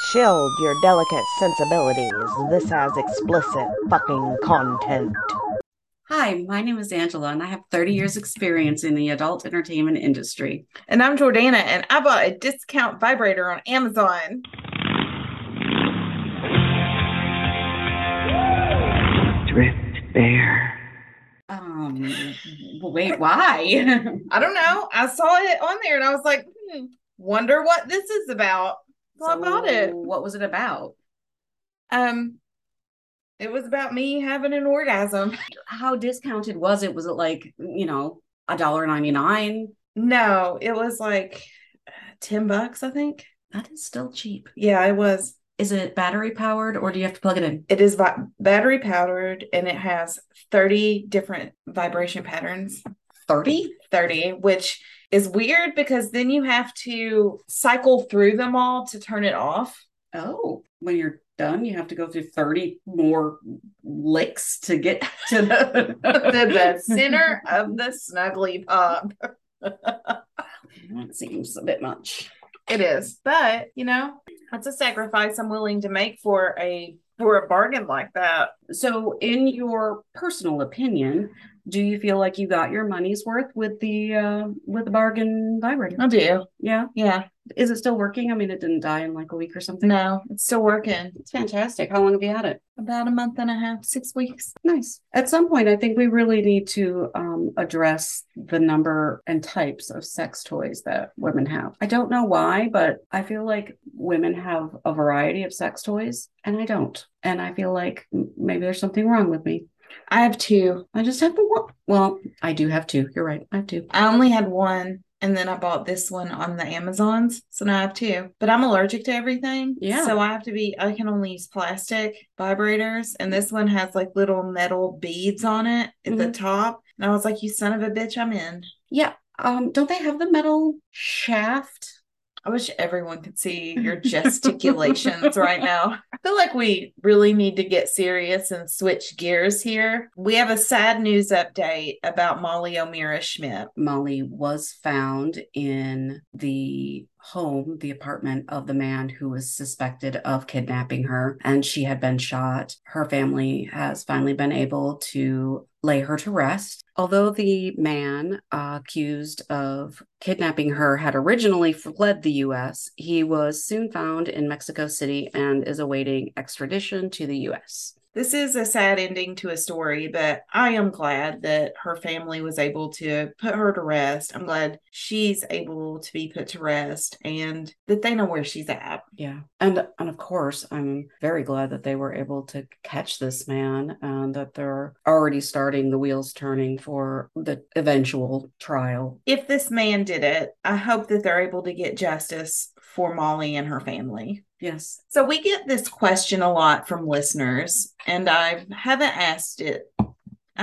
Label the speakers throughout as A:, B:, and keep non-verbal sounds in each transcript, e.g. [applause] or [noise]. A: Shield your delicate sensibilities. This has explicit fucking content.
B: Hi, my name is Angela, and I have 30 years' experience in the adult entertainment industry.
C: And I'm Jordana, and I bought a discount vibrator on Amazon.
D: Drift Bear.
B: Um, wait, why? [laughs]
C: I don't know. I saw it on there, and I was like, hmm, wonder what this is about. So I bought it.
B: What was it about?
C: Um, it was about me having an orgasm.
B: How discounted was it? Was it like you know a dollar ninety nine?
C: No, it was like uh, ten bucks, I think.
B: That is still cheap.
C: Yeah, it was.
B: Is it battery powered, or do you have to plug it in?
C: It is vi- battery powered, and it has thirty different vibration patterns.
B: Thirty?
C: 30, which is weird because then you have to cycle through them all to turn it off.
B: Oh, when you're done, you have to go through thirty more licks to get [laughs] to the, [laughs]
C: The, the center of the snuggly pop.
B: That seems a bit much.
C: It is. But, you know, that's a sacrifice I'm willing to make for a for a bargain like that.
B: So, in your personal opinion, do you feel like you got your money's worth with the uh, with the bargain vibrator?
C: do.
B: Yeah.
C: Yeah.
B: Is it still working? I mean, it didn't die in like a week or something.
C: No, it's still working.
B: It's fantastic. How long have you had it?
C: About a month and a half, six weeks.
B: Nice. At some point, I think we really need to um, address the number and types of sex toys that women have. I don't know why, but I feel like women have a variety of sex toys, and I don't. And I feel like m- maybe there's something wrong with me.
C: I have two.
B: I just have the one. Well, I do have two. You're right. I have two.
C: I only had one. And then I bought this one on the Amazons. So now I have two. But I'm allergic to everything.
B: Yeah.
C: So I have to be, I can only use plastic vibrators. And this one has like little metal beads on it at the
B: Mhm.
C: top. And I was like, you son of a bitch, I'm in.
B: Yeah. Um, don't they have the metal shaft?
C: I wish everyone could see your gesticulations right now. I feel like we really need to get serious and switch gears here. We have a sad news update about Molly O'Meara Schmidt.
B: Molly was found in the home, the apartment of the man who was suspected of kidnapping her, and she had been shot. Her family has finally been able to lay her to rest. Although the man uh, accused of kidnapping her had originally fled the US, he was soon found in Mexico City and is awaiting extradition to the US.
C: This is a sad ending to a story, but I am glad that her family was able to put her to rest. I'm glad she's able to be put to rest and that they know where she's at.
B: Yeah. And and of course, I'm very glad that they were able to catch this man and that they're already starting the wheels turning for the eventual trial.
C: If this man did it, I hope that they're able to get justice for Molly and her family.
B: Yes.
C: So we get this question a lot from listeners, and I haven't asked it. I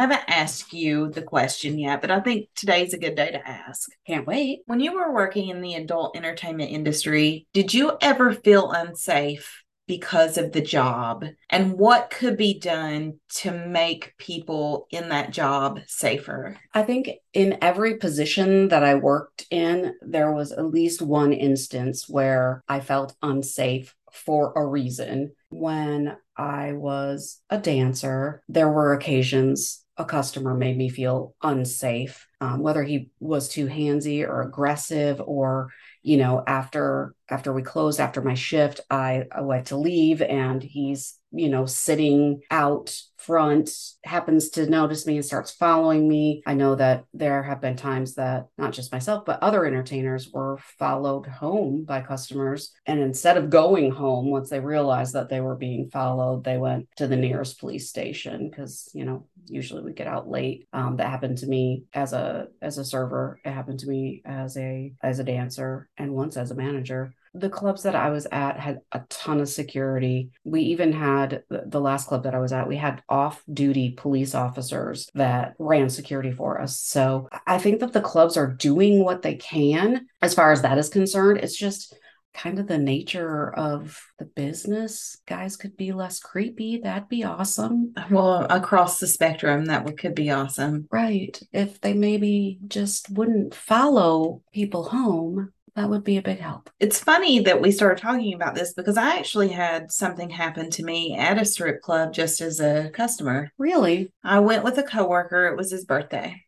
C: haven't asked you the question yet, but I think today's a good day to ask.
B: Can't wait.
C: When you were working in the adult entertainment industry, did you ever feel unsafe because of the job? And what could be done to make people in that job safer?
B: I think in every position that I worked in, there was at least one instance where I felt unsafe for a reason. When I was a dancer, there were occasions a customer made me feel unsafe, um, whether he was too handsy or aggressive or you know after after we closed after my shift i i went to leave and he's you know sitting out front happens to notice me and starts following me i know that there have been times that not just myself but other entertainers were followed home by customers and instead of going home once they realized that they were being followed they went to the nearest police station because you know usually we get out late um, that happened to me as a as a server it happened to me as a as a dancer and once as a manager the clubs that i was at had a ton of security we even had the the last club that i was at we had off duty police officers that ran security for us so I- i think that the clubs are doing what they can as far as that is concerned it's just kind of the nature of the business guys could be less creepy that'd be awesome
C: Well, across the spectrum, that would, could be awesome.
B: Right. If they maybe just wouldn't follow people home, that would be a big help.
C: It's funny that we started talking about this because I actually had something happen to me at a strip club just as a customer.
B: Really?
C: I went with a coworker, it was his birthday.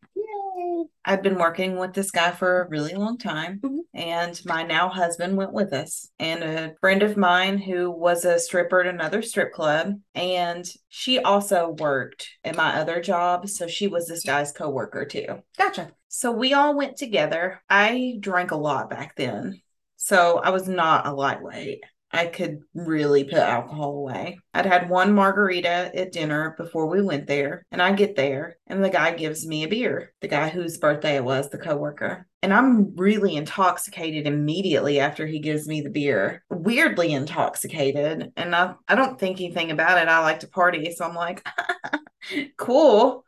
C: I've been working with this guy for a really long time,
B: Mhm.
C: and my now husband went with us. And a friend of mine who was a stripper at another strip club, and she also worked at my other job, so she was this guy's coworker too.
B: Gotcha.
C: So we all went together. I drank a lot back then, so I was not a lightweight. I could really put alcohol away. I'd had one margarita at dinner before we went there, and I get there, and the guy gives me a beer. The guy whose birthday it was, the coworker, and I'm really intoxicated immediately after he gives me the beer. Weirdly intoxicated, and I I don't think anything about it. I like to party, so I'm like, [laughs] cool.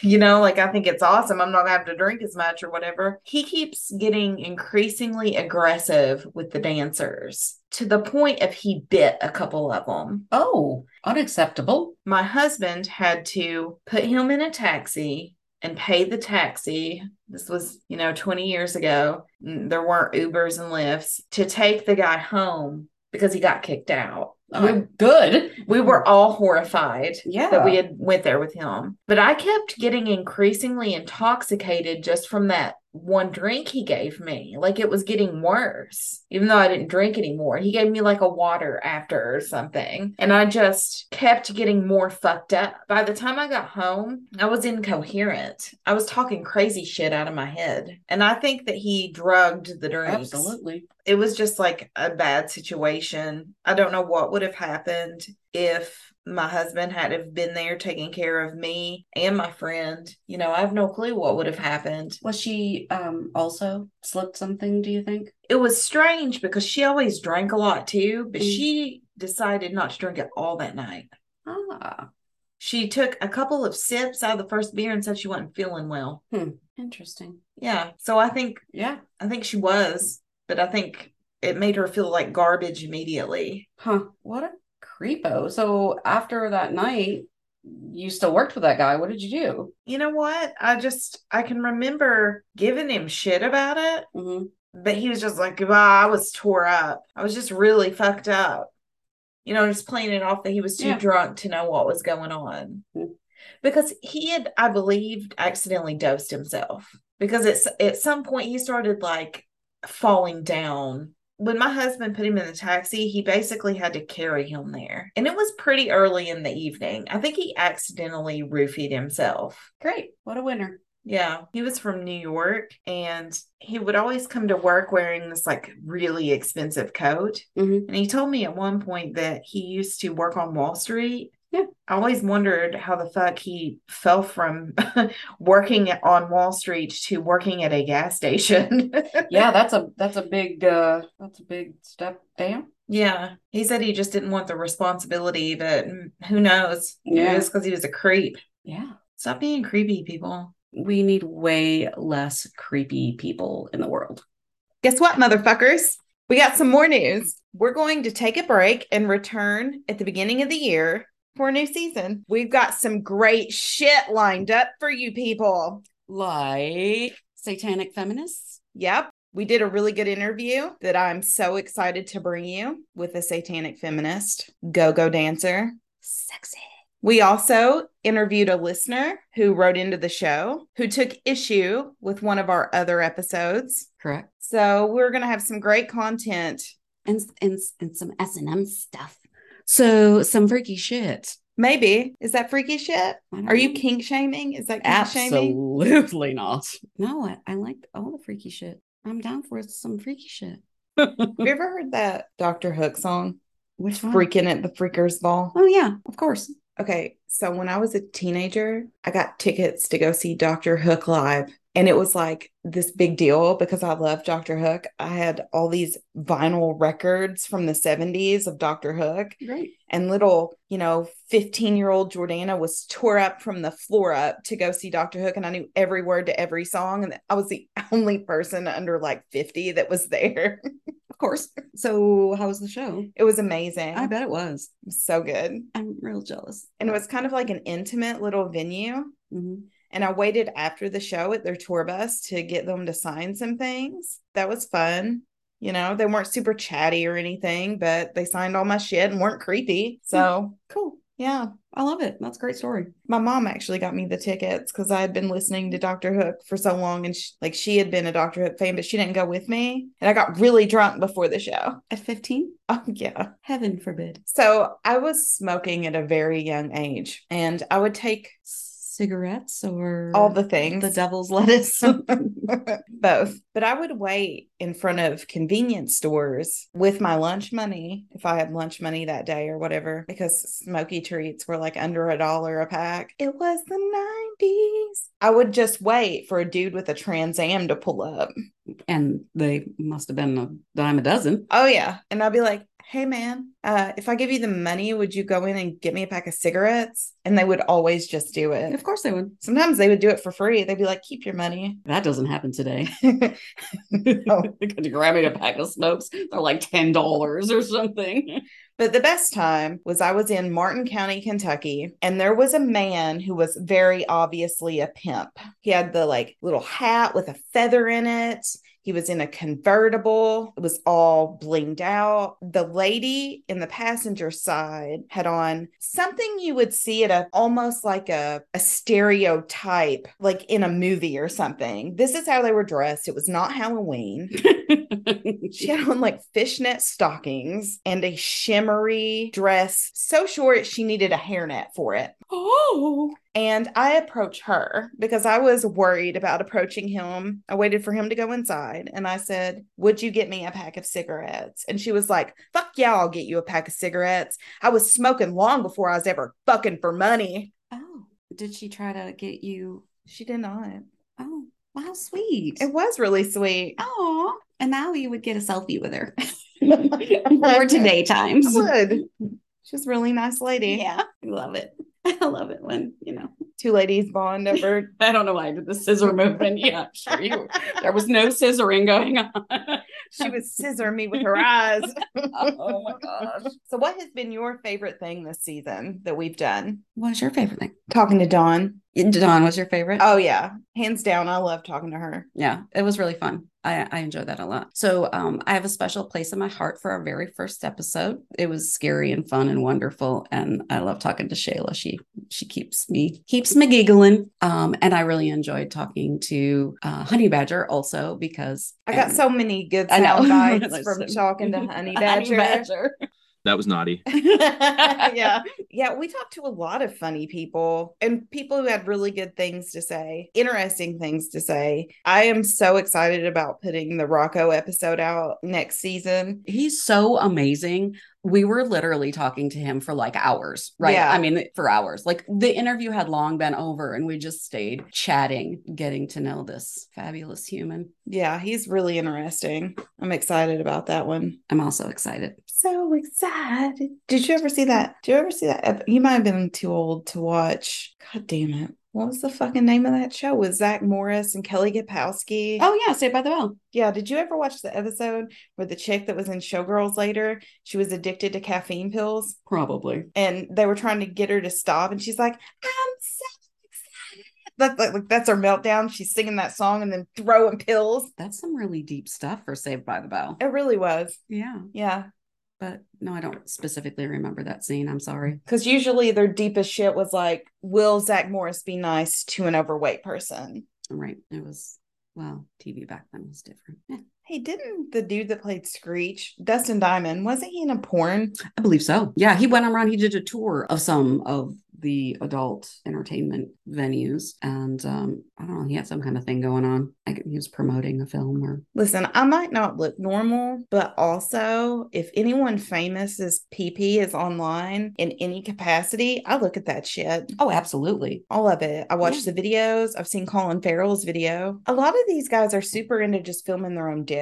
C: you know, like I think it's awesome. I'm not gonna have to drink as much or whatever. He keeps getting increasingly aggressive with the dancers to the point of he bit a couple of them.
B: Oh, unacceptable.
C: My husband had to put him in a taxi and pay the taxi. This was, you know, 20 years ago. Mm, There weren't Ubers and Lyfts to take the guy home because he got kicked out.
B: Uh, good.
C: We, we were all horrified
B: yeah.
C: that we had went there with him. But I kept getting increasingly intoxicated just from that one drink he gave me. Like it was getting worse, even though I didn't drink anymore. He gave me like a water after or something. And I just kept getting more fucked up. By the time I got home, I was incoherent. I was talking crazy shit out of my head. And I think that he drugged the drinks
B: Absolutely.
C: it was just like a bad situation. I don't know what would have happened if my husband had have been there taking care of me and my friend. You know, I have no clue what would have happened.
B: Was she um also slipped something, do you think?
C: It was strange because she always drank a lot too, but
B: Mm.
C: she decided not to drink at all that night.
B: Ah,
C: She took a couple of sips out of the first beer and said she wasn't feeling well.
B: interesting.
C: Yeah. So I think
B: Yeah.
C: I think she was, but I think it made her feel like garbage immediately.
B: Huh. What a creepo. So after that night, you still worked with that guy. What did you do?
C: you know what? I just I can remember giving him shit about it,
B: Mhm.
C: but he was just like, "Ah, I was tore up. I was just really fucked up. You know, just playing it off that he was too
B: Yeah.
C: drunk to know what was going on.
B: Mm.
C: Because he had, I believed, accidentally dosed himself. Because it's at some point he started like falling down. When my husband put him in the taxi, he basically had to carry him there. And it was pretty early in the evening. I think he accidentally roofied himself.
B: Great. What a winner.
C: Yeah, he was from New York and he would always come to work wearing this like really expensive coat.
B: Mhm.
C: And he told me at one point that he used to work on Wall Street.
B: Yeah.
C: I always wondered how the fuck he fell from [laughs] working on Wall Street to working at a gas station. [laughs]
B: Yeah, that's a that's a big uh that's a big step down.
C: Yeah. He said he just didn't want the responsibility, but mm, who knows?
B: Yeah.
C: It was because he was a creep.
B: Yeah.
C: Stop being creepy, people.
B: We need way less creepy people in the world.
C: Guess what, motherfuckers? We got some more news. We're going to take a break and return at the beginning of the year for a new season. We've got some great shit lined up for you people.
B: Like satanic feminists?
C: Yep. We did a really good interview that I'm so excited to bring you with a satanic feminist, go go dancer. Sexy. We also interviewed a listener who wrote into the show who took issue with one of our other episodes.
B: Correct.
C: So we're going to have some great content
B: And and and some S and M stuff. So some freaky shit.
C: Maybe. Is that freaky shit?
B: I don't
C: Are you
B: know.
C: kink shaming? Is that kink shaming?
B: Absolutely not. No, I, I like all the freaky shit. I'm down for some freaky [laughs] shit. Oh,
C: Have you ever heard that Dr. Hook song?
B: Which one?
C: Freaking at the Freakers Ball.
B: Oh yeah, of course.
C: Okay, so when I was a teenager, I got tickets to go see Dr. Hook live. And it was like this big deal because I love Dr. Hook. I had all these vinyl records from the 70s of Dr. Hook.
B: Great.
C: and little, you know, 15 year old Jordana was tore up from the floor up to go see Dr. Hook. And I knew every word to every song. And I was the [laughs] only person under like 50 that was there. [laughs]
B: Of course. So how was the show?
C: It was amazing.
B: I bet it was.
C: So good.
B: I'm real jealous.
C: And it was kind of like an intimate little venue.
B: Mhm.
C: And I waited after the show at their tour bus to get them to sign some things. That was fun. You know, they weren't super chatty or anything, but they signed all my shit and weren't creepy.
B: Hmm.
C: So cool. Yeah.
B: I love it. That's a great story.
C: My mom actually got me the tickets because I had been listening to Doctor Hook for so long, and she, like she had been a Doctor Hook fan, but she didn't go with me. And I got really drunk before the show. [laughs]
B: At 15?
C: Oh yeah.
B: Heaven forbid.
C: So I was smoking at a very young age, and I would take
B: Cigarettes or
C: all the things,
B: the devil's
C: [laughs]
B: lettuce.
C: both. But I would wait in front of convenience stores with my lunch money if I had lunch money that day or whatever, because smoky treats were like under a dollar a pack. It was the 90s. I would just wait for a dude with a Trans Am to pull up.
B: and they must have been a dime a dozen.
C: Oh, yeah. And I'd be like, hey, man, uh, if I give you the money, would you go in and get me a pack of cigarettes? And they would always just do it.
B: Of course they would.
C: Sometimes they would do it for free. They'd be like, keep your money. [laughs]
B: That doesn't happen today. [laughs] grabbing a pack of smokes, they're like ten dollars or something. [laughs]
C: But the best time was I was in Martin County, Kentucky, and there was a man who was very obviously a pimp. He had the like little hat with a feather in it. He was in a convertible. It was all blinged out. The lady in the passenger side had on something you would see at a almost like a, a stereotype, like in a movie or something. This is how they were dressed. It was not Halloween. She had on like fishnet stockings and a shimmery dress, so short she needed a hairnet for it.
B: oh,
C: And I approach her because I was worried about approaching him. I waited for him to go inside and I said, Would you get me a pack of cigarettes? And she was like, Fuck yeah, I'll get you a pack of cigarettes. I was smoking long before I was ever fucking for money.
B: oh, did she try to get you?
C: She did not.
B: Oh, wow, sweet.
C: It was really sweet.
B: Oh, and now you would get a selfie with her [laughs]
C: [laughs]
B: for today
C: I
B: times.
C: would. She's a really nice lady.
B: Yeah, I love it. [laughs] I love it when you know.
C: Two ladies bond over [laughs]
B: [laughs] I don't know why I did the scissor movement. Yeah, I'm sure you. There was no scissoring going on. [laughs]
C: She would scissor me with her eyes.
B: oh my gosh.
C: so, what has been your favorite thing this season that we've done?
B: What was your favorite thing?
C: Talking to Dawn.
B: Dawn was your favorite.
C: Oh, yeah. Hands down, I love talking to her.
B: yeah it was really fun i i enjoyed that a lot so um i have a special place in my heart for our very first episode it was scary and fun and wonderful and i love talking to shayla she she keeps me keeps me giggling um and i really enjoyed talking to uh, honey badger also because
C: I got
B: and-
C: so many
B: [laughs]
C: good
B: I know.
C: sound bites
B: Like,
C: from
B: so- [laughs]
C: talking to Honey
B: Honey
C: Badger.
B: Badger.
E: That was naughty.
B: [laughs]
C: yeah. Yeah. We talked to a lot of funny people and people who had really good things to say, interesting things to say. I am so excited about putting the Rocco episode out next season.
B: He's so amazing. We were literally talking to him for like hours, right?
C: Yeah.
B: I mean, for hours. Like the interview had long been over and we just stayed chatting, getting to know this fabulous human.
C: Yeah, he's really interesting. I'm excited about that one.
B: I'm also excited.
C: So excited. Did you ever see that? Did you ever see that? ep- You might have been too old to watch. God damn it. What was the fucking name of that show? Was Zach Morris and Kelly Kapowski?
B: Oh, yeah. Saved by the Bell.
C: yeah. Did you ever watch the episode where the chick that was in Showgirls later, she was addicted to caffeine pills
B: Probably.
C: and they were trying to get her to stop and she's like, I'm so excited. That's like, like that's her meltdown. She's singing that song and then throwing pills.
B: That's some really deep stuff for Saved by the Bell.
C: It really was.
B: Yeah.
C: Yeah.
B: But no, I don't specifically remember that scene. I'm sorry.
C: Because usually their deepest shit was like, will Zach Morris be nice to an overweight person?
B: I'm right. It was, well, TV back then was different. [laughs] Yeah,
C: Hey, didn't the dude that played Screech, Dustin Diamond, wasn't he in a porn?
B: I believe so. Yeah. He went around, he did a tour of some of the adult entertainment venues. And um, I don't know, he had some kind of thing going on. I, he was promoting a film or
C: Listen, I might not look normal, but also if anyone famous as PP is online in any capacity, I look at that shit.
B: Oh, absolutely.
C: All of it. I watch the videos. I've seen Colin Farrell's video. A lot of these guys are super into just filming their own dicks.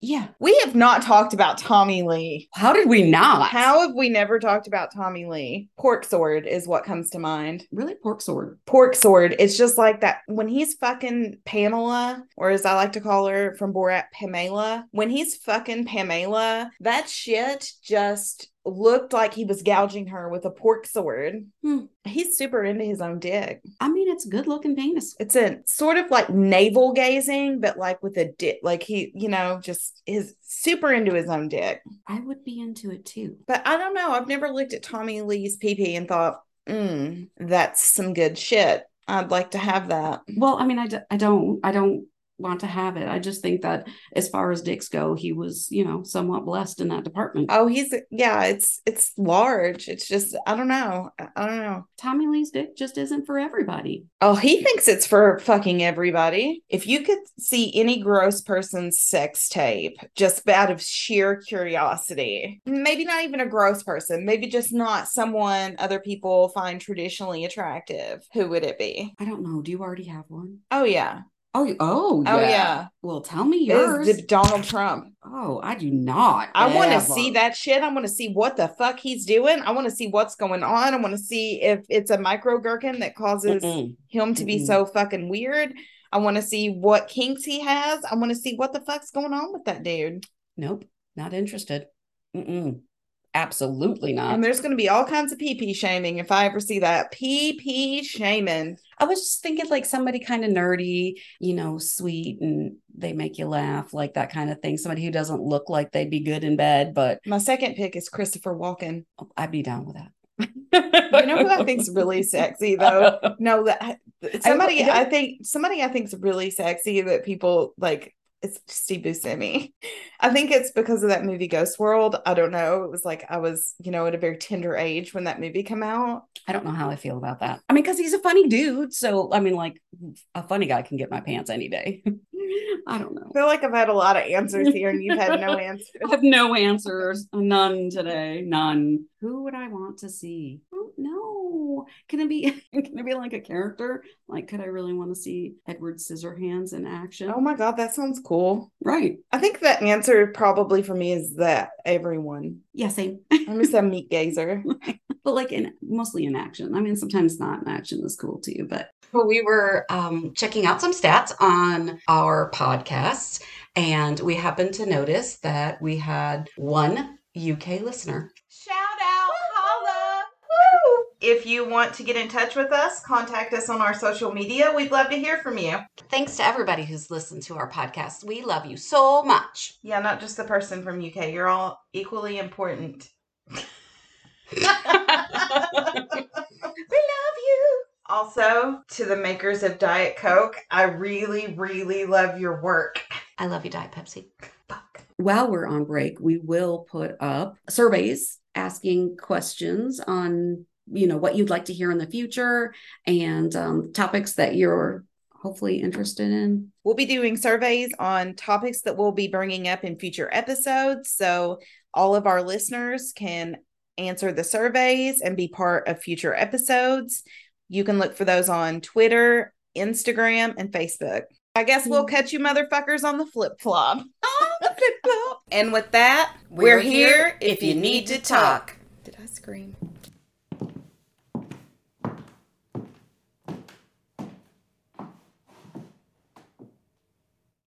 B: Yeah.
C: We have not talked about Tommy Lee.
B: How did we not?
C: How have we never talked about Tommy Lee? Pork sword is what comes comes to mind.
B: Really, pork sword.
C: Pork sword. It's just like that when he's fucking Pamela, or as I like to call her from Borat, Pamela. When he's fucking Pamela, that shit just looked like he was gouging her with a pork sword.
B: Hmm.
C: He's super into his own dick.
B: I mean, it's good looking penis.
C: It's a sort of like navel gazing, but like with a dick. Like he, you know, just is super into his own dick.
B: I would be into it too.
C: But I don't know. I've never looked at Tommy Lee's pee pee and thought, mm, that's some good shit. I'd like to have that.
B: Well, I mean, I, d- I don't, I don't want to have it. I just think that as far as dicks go, he was, you know, somewhat blessed in that department.
C: Oh, he's yeah, it's it's large. It's just I don't know. I- I don't know.
B: Tommy Lee's dick just isn't for everybody.
C: Oh, he thinks it's for fucking everybody. If you could see any gross person's sex tape just out of sheer curiosity, maybe not even a gross person, maybe just not someone other people find traditionally attractive, who would it be?
B: I don't know. Do you already have one?
C: Oh yeah.
B: Oh, you- oh, yeah.
C: Oh yeah.
B: Well, tell me
C: It's
B: yours.
C: D- Donald Trump.
B: oh, I do not.
C: I want to
B: ever.
C: see that shit. I want to see what the fuck he's doing. I want to see what's going on. I want to see if it's a micro gherkin that causes
B: Mm-mm.
C: him to be
B: Mm-mm.
C: so fucking weird. I want to see what kinks he has. I want to see what the fuck's going on with that dude.
B: Nope, not interested. Mm-mm. Absolutely not.
C: And there's going to be all kinds of pee pee shaming if I ever see that. Pee pee shaming.
B: I was just thinking like somebody kind of nerdy, you know, sweet, and they make you laugh, like that kind of thing. Somebody who doesn't look like they'd be good in bed, but
C: My second pick is Christopher Walken.
B: I'd be down with that.
C: [laughs] You know who I think's
B: [laughs]
C: really sexy though? No, that somebody
B: I-
C: I, think somebody I think's really sexy that people like it's Steve Buscemi. I think it's because of that movie Ghost World. I don't know. It was like I was, you know, at a very tender age when that movie came out.
B: I don't know how I feel about that. I mean, because he's a funny dude. So, I mean, like a funny guy can get my pants any day. [laughs] I don't know.
C: I feel like I've had a lot of answers here and you've had no answers.
B: I have no answers. None today. None. Who would I want to see? I don't know. Can it be [laughs] can it be like a character? Like could I really want to see Edward Scissorhands in action?
C: Oh my god, that sounds cool.
B: Right.
C: I think that answer probably for me is that everyone.
B: Yeah, same. [laughs]
C: I'm just a meat gazer.
B: but like in mostly in action. I mean, sometimes not in action is cool too, but we were um, checking out some stats on our podcasts, and we happened to notice that we had one UK listener.
C: Shout out, holla. If you want to get in touch with us, contact us on our social media. We'd love to hear from you.
B: Thanks to everybody who's listened to our podcast. We love you so much.
C: Yeah, not just the person from UK. You're all equally important.
B: We love you.
C: Also, to the makers of Diet Coke, I really, really love your work.
B: I love you, Diet Pepsi. While we're on break, we will put up surveys asking questions on, you know, what you'd like to hear in the future and um, topics that you're hopefully interested in.
C: We'll be doing surveys on topics that we'll be bringing up in future episodes. So, all of our listeners can answer the surveys and be part of future episodes. You can look for those on Twitter, Instagram, and Facebook. I guess
B: Mm.
C: we'll catch you motherfuckers on the flip flop.
B: [laughs]
C: [laughs] and with that,
B: We're here if you need to talk.
C: Did I scream?